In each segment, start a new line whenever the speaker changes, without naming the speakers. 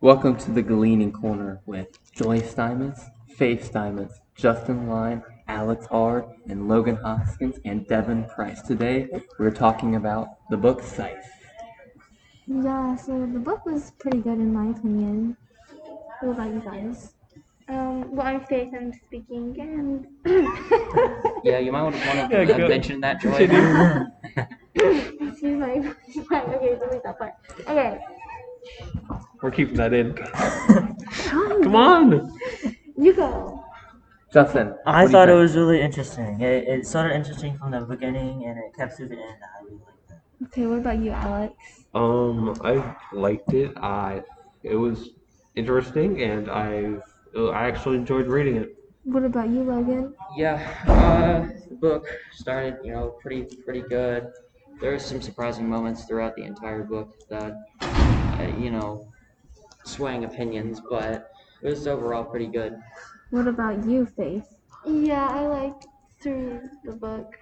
Welcome to the Gleaning Corner with Joyce Diamonds, Faith Diamonds, Justin Line, Alex Hard, and Logan Hoskins and Devin Price. Today we're talking about the book Scythe.
Yeah, so the book was pretty good in my opinion. What about you guys?
Um, well, I'm Faith. I'm speaking, and
Yeah, you might want to
Yeah, go-
mention that, Joy.
Continue.
excuse my Right, okay, delete that part. Okay,
We're keeping that in. Come on.
you go.
Justin,
I
what do you
thought it
think?
was really interesting. It, it started interesting from the beginning and it kept to the end. I really liked that.
Okay, what about you, Alex?
Um, I liked it. I it was interesting, and I I actually enjoyed reading it.
What about you, Logan?
Yeah, uh, the book started, you know, pretty pretty good. There were some surprising moments throughout the entire book that, uh, you know, swaying opinions, but it was overall pretty good.
What about you, Faith?
Yeah, I liked through the book.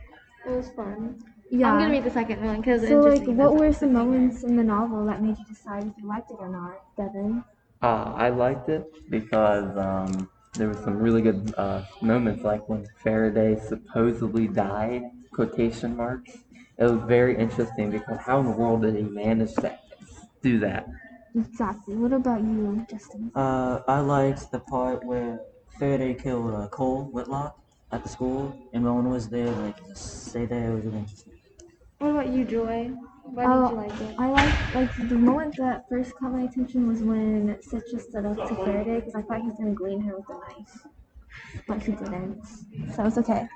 It was fun.
Yeah.
I'm gonna read the second one because
so like, what were some moments in the novel that made you decide if you liked it or not, Devin?
Uh, I liked it because um, there were some really good uh, moments, like when Faraday supposedly died. Quotation marks. It was very interesting because how in the world did he manage to do that?
Exactly. What about you, Justin?
Uh, I liked the part where Faraday killed uh, Cole Whitlock at the school and no one was there. Like, just stay there. It was really interesting.
What about you, Joy? Why
Oh,
did you like it?
I like like the moment that first caught my attention was when Citra stood up to Faraday because I thought he was gonna glean her with a knife, but he didn't. So it's okay.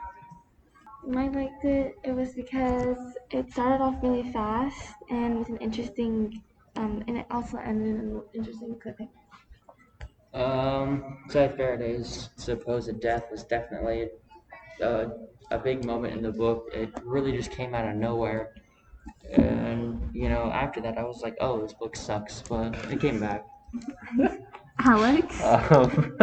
I liked it. It was because it started off really fast and with an interesting, um, and it also ended in an interesting cliffhanger.
Um, Cy Faraday's supposed death was definitely uh, a big moment in the book. It really just came out of nowhere. And, you know, after that, I was like, oh, this book sucks, but it came back.
Alex.
Um,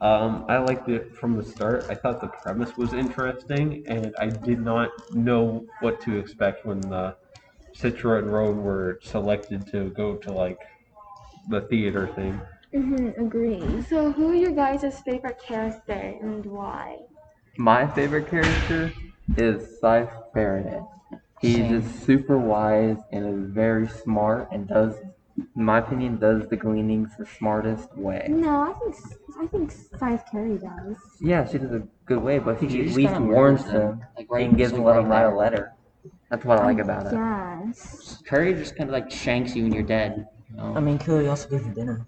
um, I liked it from the start. I thought the premise was interesting, and I did not know what to expect when the Citra and Roan were selected to go to like the theater thing.
Mm-hmm, agree.
So, who are your guys' favorite character and why?
My favorite character is Cy Faraday. He's
Same.
just super wise and is very smart and does, in my opinion, does the gleanings the smartest way.
No, I think s- I think Scythe Carey does.
Yeah, she does a good way, but
She
he at
just
least
kinda
warns
murders them,
them
Like,
and gives
just,
them,
like,
let them
right
write a
there.
letter. That's what I like about it.
Yes.
Curry just kind of like shanks you and you're dead. you know?
I mean, Curry also gave you dinner.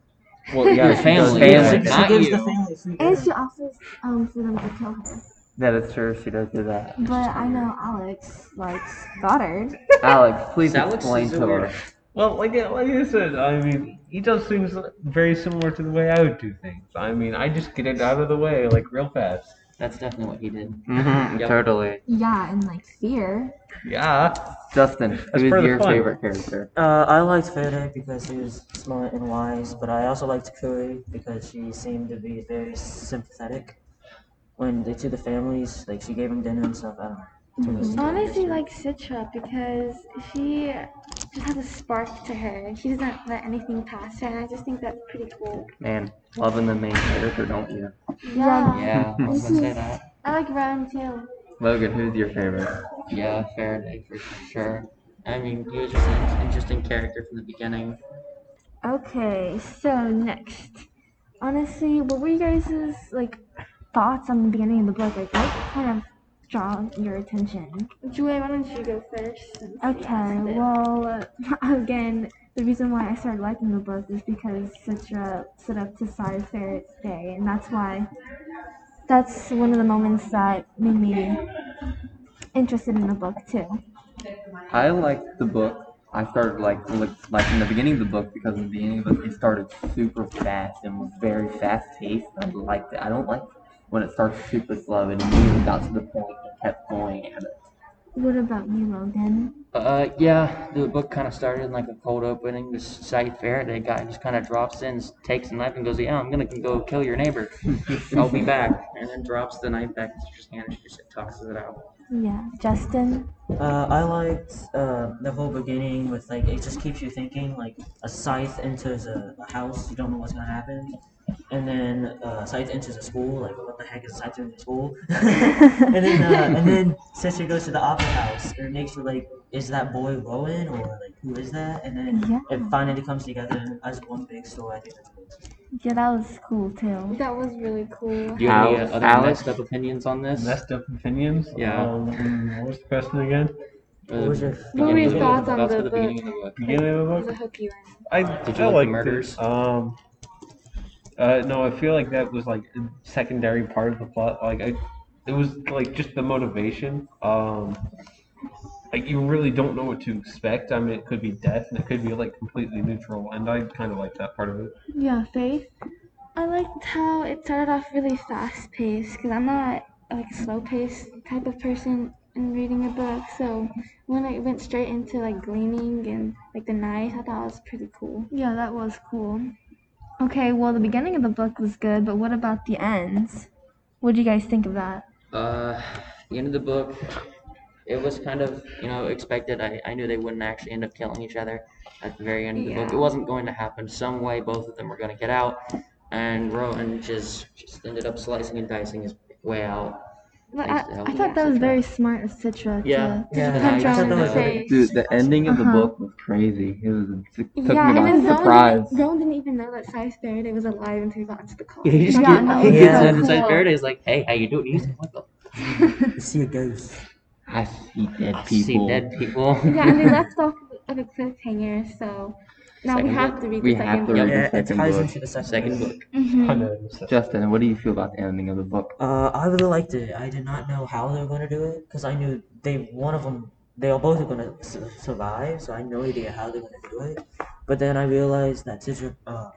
Well, yeah,
Your
she does
family,
She gives-
family,
she
not
gives
you.
the family free dinner.
And she offers um for them to kill her.
That is true. She does do that.
But I know Alex likes Goddard.
Alex, please
Alex
explain
is a
to
weirdo.
us.
Well, like like I said, I mean, he does things very similar to the way I would do things. I mean, I just get it out of the way like real fast.
That's definitely what he did.
hmm
Yep.
Totally.
Yeah, and like fear.
Yeah.
Justin,
That's
who is
part of the
your
fun.
favorite character?
Uh, I liked Faraday because he was smart and wise, but I also liked Curry because she seemed to be very sympathetic. When they to the families, like she gave them dinner and stuff. I don't know. It's really
Mm-hmm.
sweet.
Honestly, like Citra, because she just has a spark to her. She doesn't let anything pass her, and I just think that's pretty cool.
Man, loving the main character, don't you?
Yeah.
Yeah, I was gonna say that.
I like Rowan too.
Logan, who's your favorite?
Yeah, Faraday for sure. I mean, he was just an interesting character from the beginning.
Okay, so next. Honestly, what were you guys' like thoughts on the beginning of the book? Like what kind of drawn your attention?
Julie, why don't you go first? since you
Okay,
asked it?
well, again, the reason why I started liking the book is because Citra set up to Cy Fair Day, and that's why that's one of the moments that made me interested in the book, too.
I liked the book. I started like look, like in the beginning of the book because in the beginning of the book it started super fast and was very fast paced. I liked it. I don't like when it starts super slow and immediately got to the point and kept going at it.
What about you, Logan?
Uh, yeah, the book kind of started in like a cold opening. This Cy Faraday guy just kind of drops in, takes the knife, and goes, "Yeah, I'm gonna go kill your neighbor. I'll be back." And then drops the knife back into his hand and just tosses it out.
Yeah, Justin.
Uh, I liked uh, the whole beginning with like it just keeps you thinking. Like a scythe enters a, a house, you don't know what's gonna happen, and then uh, scythe enters a school. Like what the heck is scythe doing in school? and then uh, and then Citra goes to the opera house, and it makes you like, is that boy Rowan or like who is that? And then
Yeah.
it finally comes together as one big story. I think that's good.
Yeah, that was cool too.
That was really cool.
Do you have any
Alex-
uh, other
Alex?
messed up opinions on this?
Messed up opinions.
Yeah.
Um, what was the question again?
Uh,
What was your
beginning
were your
of the book.
thoughts on
Thoughts
the
for the
book?
beginning of the book?
Beginning of the book.
The hook you were in.
I,
Did you
I
like the
liked
murders?
It. Um, uh, no, I feel like that was like a secondary part of the plot. Like I, it was like just the motivation. Um, like you really don't know what to expect. I mean, it could be death, and it could be like completely neutral. And I kind of like that part of it.
Yeah, Faith.
I liked how it started off really fast paced because I'm not like a slow paced type of person in reading a book. So when it went straight into like gleaning and like the knife, I thought it was pretty cool.
Yeah, that was cool. Okay, well, the beginning of the book was good, but what about the ends? What do you guys think of that?
Uh, the end of the book, it was kind of, you know, expected. I, I knew they wouldn't actually end up killing each other at the very end of the book. It
Yeah.
wasn't going to happen. Some way, both of them were going to get out. And Rowan just, just ended up slicing and dicing his way out.
But I,
Thanks, Al.
I thought that was very smart of Citra
Yeah.
to
Yeah,
punch
I
her in
thought that
the
was really-
face.
Dude, the ending of the
Uh-huh.
book was crazy. It was it took
yeah,
me
and
by
then Rowan
surprise.
didn't, Rowan didn't even know that Cy Faraday was alive until he got into the car.
He just
Yeah,
yeah,
no,
he
it's
just
so
turned inside
cool.
Faraday's like, hey, how you doing? He's like, what the?
You see a ghost.
I see dead
I see
people.
dead people.
yeah, and they left off of a cliffhanger. So now we
Second
have
book.
to read
We
the
have
second
to
book.
read-
Yeah,
the
it
second
ties
book.
into the second,
Second book.
I
Mhm.
know, it was-
Justin, what do you feel about the ending of the book?
Uh, I really liked it. I did not know how they were going to do it because I knew they one of them they are both going to su- survive, so I had no idea how they were going to do it. But then I realized that Citra uh,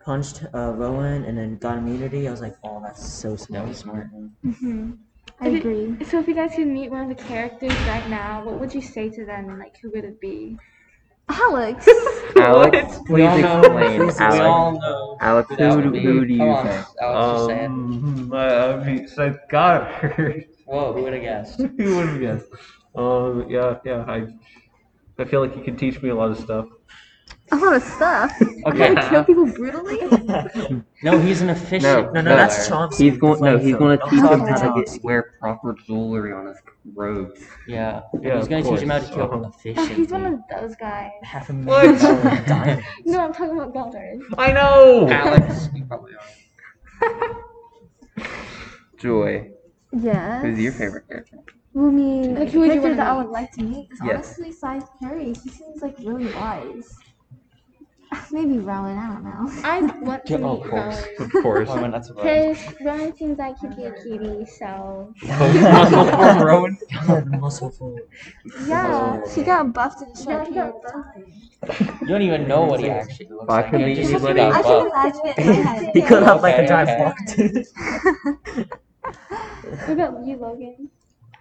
punched uh, Rowan and then got immunity. I was like, oh, that's so
That
smart.
was smart.
Mhm. I
If it-
agree.
So if you guys could meet one of the characters right now, what would you say to them? and, Like, who would it be?
Alex.
Alex,
We
please
all know.
explain.
Please
We
Alex,
all know.
Alex,
who that
who, do-
would be.
who do
Come
you
on,
think?
Alex, just say it.
Um, I, I mean, so I got her.
Whoa, who would have guessed?
Who would have guessed? Um, yeah, yeah. I, I feel like you can teach me a lot of stuff.
A lot of stuff.
Okay.
Kill people brutally?
No, he's an efficient.
no, no,
No,
that's Chomsky.
He's going. No, he's going to
Don't
teach
talk
him how to
Chomsky.
get, wear proper jewelry on his robes.
Yeah.
Yeah,
he's
of
gonna teach him how to
course.
kill
Uh-huh.
Oh,
efficiently.
he's one of those guys.
half a million dollar diamond.
No, I'm talking about Goddard.
I know.
Alex. you probably are.
Joy,
yes.
who's your favorite character?
Well, I mean,
Like, who would you
character
wanna
that I
meet?
would like to meet is
Yes.
honestly Scythe Perry. He seems like really wise. Maybe Rowan, I don't know.
I want to
Yeah, of
meet
course.
Rowan.
Of course.
Oh, man, that's a problem.
Because Rowan seems like he'd be a cutie, so.
Rowan.
Yeah, the muscleful.
Yeah, he Oh. got buffed in a
Yeah,
short
he
period
got
of time.
You don't even know what he actually looks
Well, I
like.
can
You
meet
just
you
see
when
that
I-
I
buff.
can imagine it in my head.
he could have like
Okay,
a giant
okay.
block too.
What about you, Logan?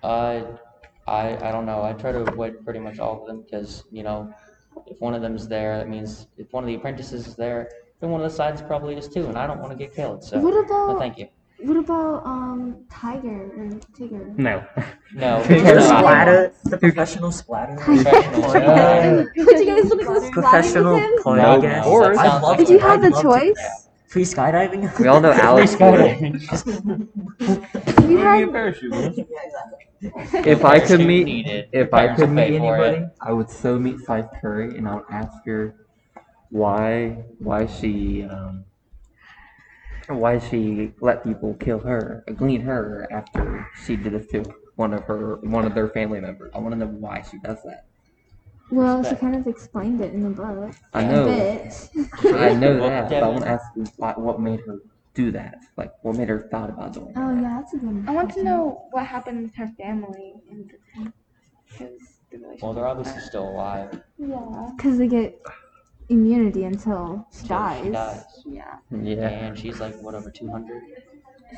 Uh, I I don't know. I try to avoid pretty much all of them because you know, if one of them's there, that means if one of the apprentices is there, then one of the sides probably is too, and I don't want to get killed. So,
What
no,
about
thank you.
what about um Tiger or Tigger?
No.
No.
Who
The
cares
no.
about
splatter, the professional splatter. uh,
Professional.
Yeah.
Would you guys look at
Professional play, I
No, no,
guess.
that
Or-
I
sounds
love
like
Did you
it. I
have the
love it.
choice?
Free skydiving?
We all know Alex. would.
If you
Maybe a
had
parachute. man.
If I could
Parachute
meet,
needed.
if I
Parents
could
will
meet
pay for it.
anybody, I would so meet Scythe Curry, and I would ask her why, why she, um, why she let people kill her, glean her after she did this to one of her, one of their family members. I want to know why she does that.
well, she kind of explained it in the book.
I
A
Yeah.
know.
bit.
I know
Well,
that, but I
Devin-
want to ask you why, what made her do that. Like, what made her thought about doing
Oh
that?
yeah, that's a good. One.
I want to know what happened with her family and the, 'cause the relationship.
Well, they're obviously still alive.
Yeah.
because they get immunity until she
so
dies.
She dies.
Yeah.
Yeah.
And she's like, what, over 200?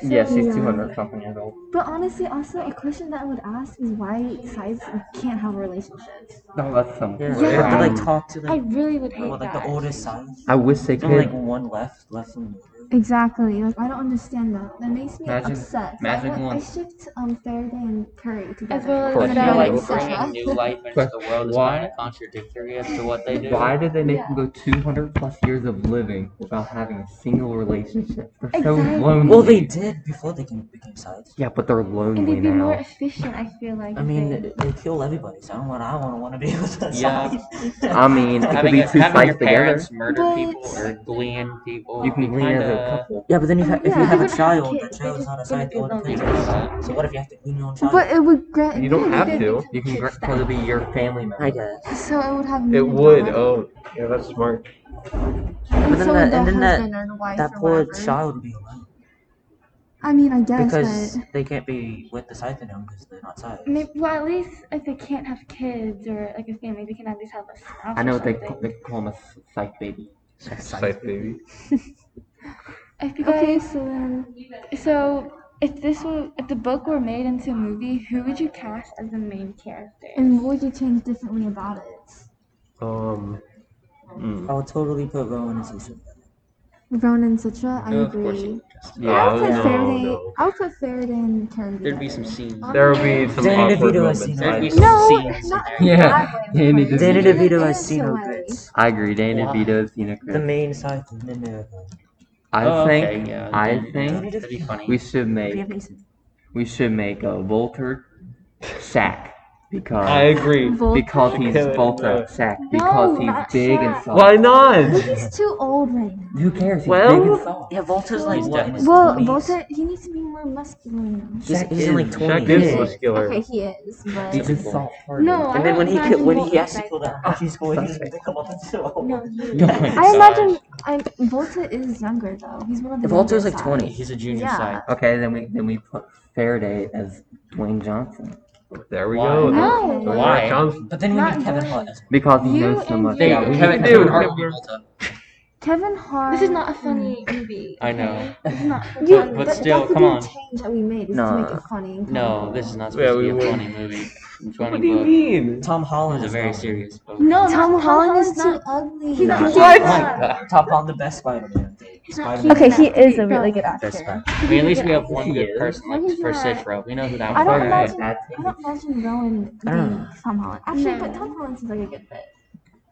Yeah, she's
yeah.
200 something years old.
But honestly, also a question that I would ask is why sides can't have relationships.
No, that's some.
Yeah,
Yeah.
you have to like
Um,
talk to
I
like,
really would hate
well, like
that.
the oldest sons.
I wish they
There's only
could.
like one left, left in the room.
Exactly. Like I don't understand that. That makes me
Imagine-
upset.
imagine
I,
one-
I shipped um Faraday and Curry together.
As well as
Correct.
I
Yeah,
feel
like,
like
we're
bringing new life into the world is
Why?
kind of contradictory as to what they do.
Why did they make
Yeah.
them go 200 plus years of living without having a single relationship? They're so
Exactly.
lonely.
Well, they did before they can- became sides.
Yeah, but they're lonely
and they'd be
now.
more efficient. I feel like.
I
if
mean,
they-
they kill everybody. So I don't want. I don't want to be with a
Yeah.
side. Um,
I mean, it could
Having,
be
your-
two
having your
sides together.
parents murder
But-
people or glean people.
You can
be
glean as a
kinda-
couple.
Yeah, but then you ha- if
Yeah,
you have
they
a
wouldn't have
child,
kids,
the
they
child's
just
not a
wouldn't
side
be
to the
lonely.
parents. So what if you have to glean your own child?
But it would grant.
You don't
yeah,
have
they
to.
did.
You can gr- for it to be your family member.
I guess.
So it would have.
It
neither
would.
daughter.
Oh, yeah, that's smart.
And
But
so would
then that-
the
and then that-
husband or the wife
That
or
poor
whatever.
child would be alone
I mean, I guess,
because
but
they can't be with the side to them because they're not sides.
Maybe, well, at least if they can't have kids or like a family, they can at least have a spouse.
I know
or
what they
something.
call, they call them a s- psych baby.
Sight baby.
If you
Okay,
guys, so then, so if this were, if the book were made into a movie, who would you cast as the main character?
and what would you change differently about it?
Um,
Mm.
I would totally put Rowan as Yusuf.
Ronan and Citra, I
No, of
agree.
course you can.
I would
Oh,
put
no,
Faraday.
no.
I would put Faraday and Carrie.
There'd be some
together.
scenes.
there will be some
Danny
awkward
DeVito
moments.
has seen
There'd be
it.
some
No,
scenes
not
in there.
Yeah,
that way.
Danny
of course.
DeVito.
Danny
In an
DeVito has seen
innocent
no
way.
bits.
I agree. Danny
Why?
DeVito's Tina
The
Chris.
main side to America.
I
Oh,
think.
okay, yeah,
I
Danny
think
DeVito. That'd be funny.
we should
It'd be
make
amazing.
we should make a Volter Shaq because
I agree.
Volker?
because he's
Kill it,
Volter
no.
Shaq because
not
he's big and
Shaq.
soft.
Why not?
He's too old right now.
Who cares? He's big and
Well,
soft.
Yeah, Volta's like
He's
what? in his
Well,
20s?
Volta, he needs to be more muscular now.
He's,
Shaq
he's in like
is-
Shaq
20s.
is
Yeah.
muscular.
Okay, he is, but
He's just soft hearted.
No, I
And then
don't
when he
imagine
ki- when
Walt
he
was
has to
like
kill
that.
that monkey school, he doesn't
Perfect.
pick him up until.
No, he-
No, my
I
God.
imagine I'm, Volta is younger though. He's one of the.
Volta's
younger
like 20.
sides.
He's a junior
Yeah.
side.
Okay, then we then we put Faraday as Dwayne Johnson
There we
Why?
go.
No.
The
Okay.
Why?
Rock Johnson.
But then we
Not
need Kevin
good.
Hart as
because he
You
knows so
and
much.
There you
about
go.
him.
Kevin,
Dude,
Kevin Hart would be
Kevin-
Volta.
Kevin Hart.
This is not a funny movie.
I know.
okay? This is not
You,
But-
funny.
but
that,
still,
that's the
come
big
on.
change that we made is
No.
to make it funny. And
No,
comfortable.
this is not
Yeah, we
supposed to be a
would.
funny movie. Funny
What do you
book.
mean?
Tom Holland.
It's a
is
very
not-
serious book.
No,
Tom,
not,
Holland is
not.
too ugly.
He's not
Nah.
cute.
Oh
He's
my
Yeah.
god. Tom Holland, the best Spider-Man. dude.
He's not
Spider-Man.
cute. Okay, he
is a really good
Best Spider.
I mean, at least we have
He
one good
is.
person,
No,
like
he's
for
not.
Citro. We know who that
I
was.
don't
Faraday
right?
imagine.
had
I don't imagine Rowan
I don't
being
know.
Tom Holland. Actually, but
No.
Tom Holland seems like a good fit.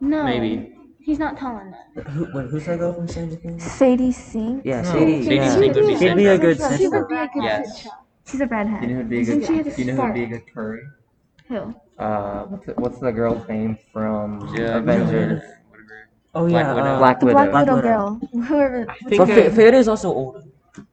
No.
Maybe.
He's not tall enough.
Who, wait, who's that girl from Stranger Things?
Sadie Sink.
Yeah,
No,
Sadie.
Sadie
yeah.
Sink would be
She'd be a good
She's
She
central.
would be a good
Yes.
yes.
She's a
You know
redhead.
who'd be a
Isn't
good.
she the
You know who'd be a
spark?
good Curry.
Who?
Uh, what's the, what's the girl's name from
Yeah,
Avengers?
whatever.
Oh
Black
yeah,
Widow.
uh,
Black
The
Widow.
black,
Black
little
Widow.
girl. Whoever.
I think
But
I,
Fa-
um,
Fade is also older,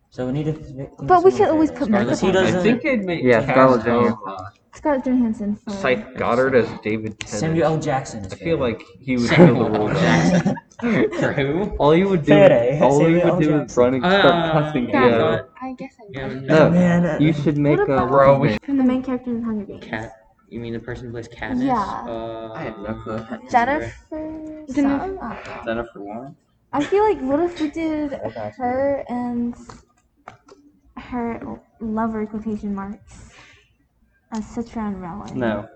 so we need to. think of
But we
someone
could always
Fade is.
put
Scarlet
makeup
He
on.
Witch.
I
doesn't-
think it made
Yeah, Scarlett
cast
Johansson.
of, uh,
Scarlett Johansson for.
Scythe Goddard as David Tennant.
Samuel L. Jackson. Is
I feel
Fade.
like he would fill the role better.
For who?
All you would do,
Faraday,
all you
Samuel
would do is
Jackson.
run and start
Uh,
cussing
Yeah.
people.
I guess I
Yeah,
would.
No,
Man, uh,
you should make a
about-
Bro, we-
From the main character in Hunger Games.
Cat. You mean the person who plays Katniss?
Yeah.
Uh,
I have no clue.
Jennifer.
Jennifer-
Some- I don't know.
Jennifer Warren.
I feel like what if we did her and her lover quotation marks as Citra and Rowan?
No,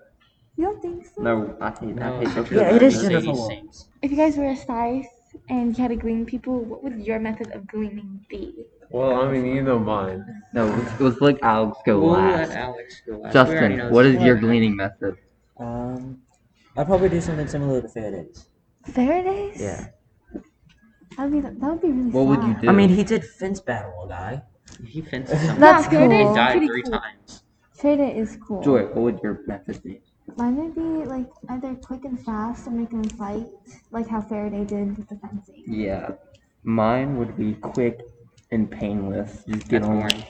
You don't think so?
no, I hate,
No,
I hate those
Yeah, it
movies.
is Jennifer
Mercedes
Lawrence.
Saints.
If you guys were a scythe and you had to glean people, what would your method of gleaning be?
well, I mean, you know mine.
No, it was, it was like Alex go
We'll let
last.
Alex go last. We already know
Justin, what
this.
is your gleaning method?
Um, I'd probably do something similar to Faraday's.
Faraday's?
Yeah.
That'd be that would be really.
What would you
sad.
do?
I mean, he did fence battle a guy.
He fences something.
That's
yeah,
cool.
Faraday's
He died
pretty
three
cool.
times.
Faraday is cool.
Joy, what would your method be?
Mine would be like either quick and fast or make them fight, like how Faraday did with the fencing.
Yeah, mine would be quick and painless. Just get
That's
on.
boring.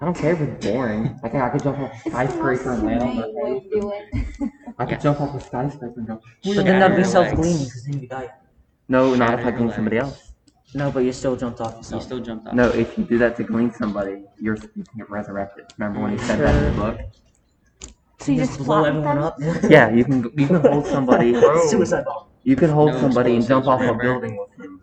I don't care if it's boring. Like I could jump off a skyscraper and land on my face.
do it.
I could jump off a skyscraper and go.
But then that'd be
Shatter
self-gleaning
legs.
because then you die.
No, not if I
Shatter
glean
your
somebody
legs.
else.
No, but you still jumped off
He
yourself.
still jumped off.
No, if you do that to glean somebody, you're you can get resurrected. Remember when he said that in the book?
So you
just,
just
blow
flop
everyone
them?
up.
Yeah, you can you can hold somebody.
Bro.
Suicide bomb.
You can hold
No
somebody and
explosives,
jump off a
remember?
building with him,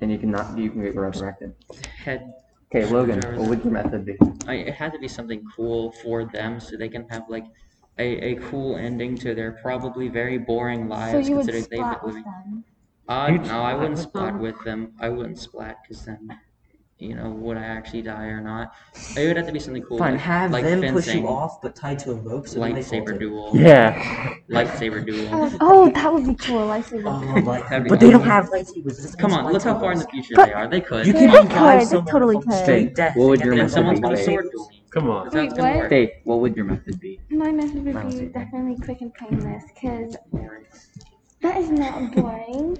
and you can not you can get resurrected.
Head
Okay, Logan, what would your method be?
I, it had to be something cool for them so they can have like a, a cool ending to their probably very boring
so
lives
you would
considering they've been
splat with
living.
them.
Uh,
You'd
no, I
splat
wouldn't
with
splat
them?
with them. I wouldn't splat because then, you know, would I actually die or not? It would have to be something cool.
Fine,
like,
have
like
them
fencing,
push you off, but tied to a rope so they fall
lightsaber
to-
duel,
Yeah.
lightsaber duel.
Oh, oh, that would be cool. Lightsaber.
Oh,
duel.
like,
That'd be
but they don't
awesome.
have lightsabers. This
Come
means
on, look how far in the
lightsabers.
future
But-
they are. They could.
You
They
can
could,
guide
they
someone
totally
from
could.
straight death.
What would
and
your
get
and
them
method
someone's
be,
gonna
Dave?
sword duel. me.
Come on.
That's how it's
Wait,
gonna
what?
work.
Dave, what would your method be?
My method would
Mine was
be
easy.
definitely quick and painless, because that is not boring.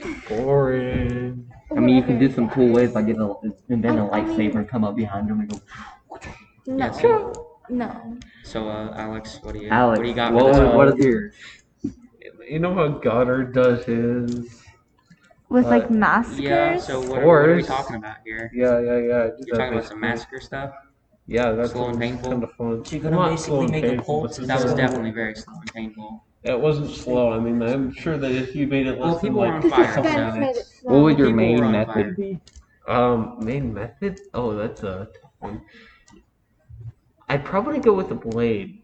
Boring.
I mean, you can do
Whatever.
some cool ways like get a, invent a
I- I mean-
lightsaber and come up behind him and go.
Yeah,
No,
so,
no.
so uh, Alex, what do you
Alex,
what do you got
what,
for this
would-
one?
what is yours?
You know how Goddard does his.
With like
Uh,
maskers.
Yeah, so what are, what are we
Force.
talking about here?
Yeah, yeah, yeah.
You're talking about some massacre stuff?
Yeah, that's
Slow and painful?
Kind of fun.
So you're gonna
Not
basically
slow and
make a
painful,
pulse
but
and
That was
So-
definitely very slow and painful.
It wasn't slow. I mean, I'm sure that if you made it
Well,
less than
people were
like
on fire,
a couple
so-
minutes.
Alex.
Made it
What
slow.
would your
People
main
were on fire.
method be?
Um, main method? Oh, that's a tough one. I'd probably go with a blade.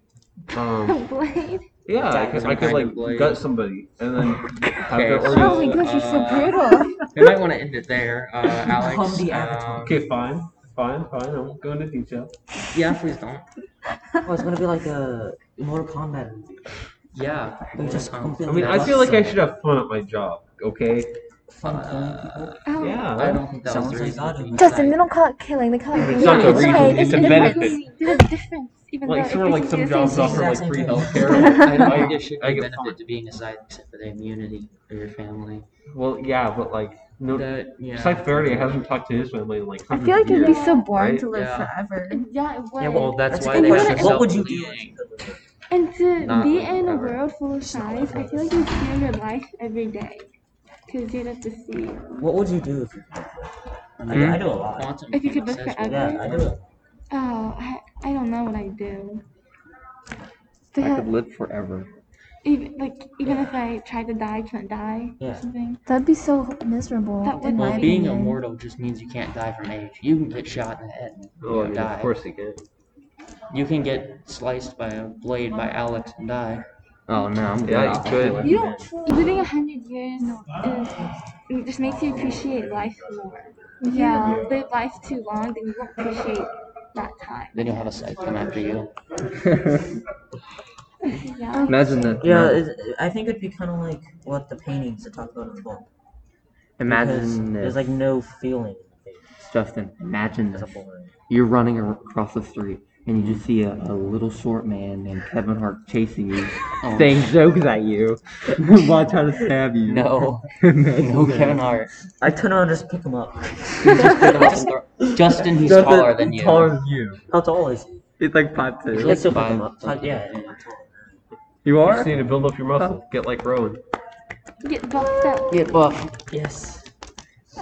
Um,
Blade.
yeah, I
Attack
could,
some
I could
kind of
like
blade.
gut somebody and then have
Okay,
their
so-
organs.
Oh my gosh, you're so
Uh,
brutal.
We might want to end it there, uh,
Become
Alex.
the Avatar.
um,
Okay, fine, fine, fine. I won't go into detail.
yeah, please don't.
Oh, it's gonna be like a Mortal Kombat.
Yeah. Um,
They just completely
I mean, I feel like I should have fun at my job. Okay.
fun killing people.
Oh,
Yeah.
uh, I don't think that was
Sounds
the
like
reason.
Goddard. was
Justin, they
like-
don't call it killing. They call it.
It's not
being.
a reason,
Right,
it's a
different.
benefit.
There's a difference, even
Like
though
sort of like some jobs
same
offer
exact
like
same
free
thing.
healthcare.
Oh, I
and,
don't
like,
think there should
I
be
get
benefit
fun.
to being a side except for the immunity for your family.
Well, yeah, but like no.
That, yeah.
Besides Faraday, hasn't talked to his family in like
I
hundreds
feel like
of
it'd be
years.
so boring
right?
to live
Yeah.
forever.
yeah, it was.
Yeah, well, that's,
That's a
why
good
they
question.
have to
What would you do?
self-bullying.
And to
Not
be
like
in a
forever.
world full of size, I feel like you fear your life every day. Because you'd have to see.
What would you do if you?
Hmm?
I, I do a lot.
Quantum
If you could live
says-
forever.
Yeah, I do. A,
Oh, I, I don't know what I'd do.
I
Because
could live forever.
even, like, even if I tried to die, I couldn't die or
Yeah.
something.
That'd be so miserable.
That
in
would-
my
Well, being
opinion.
immortal just means you can't die from age. You can get shot in the head and you
Oh, I
know,
mean,
die.
of course he can.
You can get sliced by a blade by Alex and die.
Oh no, I'm good.
Yeah,
off.
you could.
You don't. Living a hundred years is it just makes you appreciate life more. If
Yeah.
you live life too long, then you won't appreciate that time.
Then you'll have a scythe come after you.
Yeah.
Imagine that.
yeah, it, I think it'd be kind of like what the paintings that talk about in the book. Because
Imagine this,
there's like no feeling in the paintings.
Justin. Imagine
It's
this.
a boring.
You're running ar- across the street and you just see a, a little short man named Kevin Hart chasing you,
Um,
saying jokes at you while trying to stab you.
No,
Imagine
no,
that.
Kevin Hart.
I turn around and just pick him up.
Just throw- Justin, he's
Justin,
taller than you.
Taller than you.
How tall is he?
He's like five two.
I
like
still pick him
five-
up. Five- yeah, yeah, I'm tall.
You
You
are?
just need to build up your
Oh.
muscle. Get like Rowan.
Get buffed up.
Get buff.
Yes.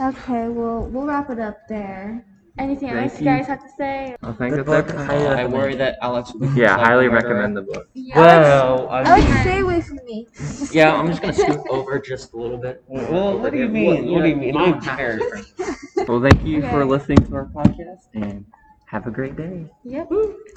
Okay, well, we'll wrap it up there.
Anything
Thank
else
you.
you guys have to say?
I think that's
Good book.
everything.
Highly
I
recommend.
worry that Alex will be
Yeah,
like
highly
a murderer.
recommend the book.
Well, I
Alex,
mean,
stay away from me.
Yeah, I'm just gonna scoot over just a little bit.
well, what do you
What-
mean? What do you
You
mean?
don't
I'm
have
tired.
to.
Well, thank you for
Okay.
listening to our podcast and have a great day.
Yep.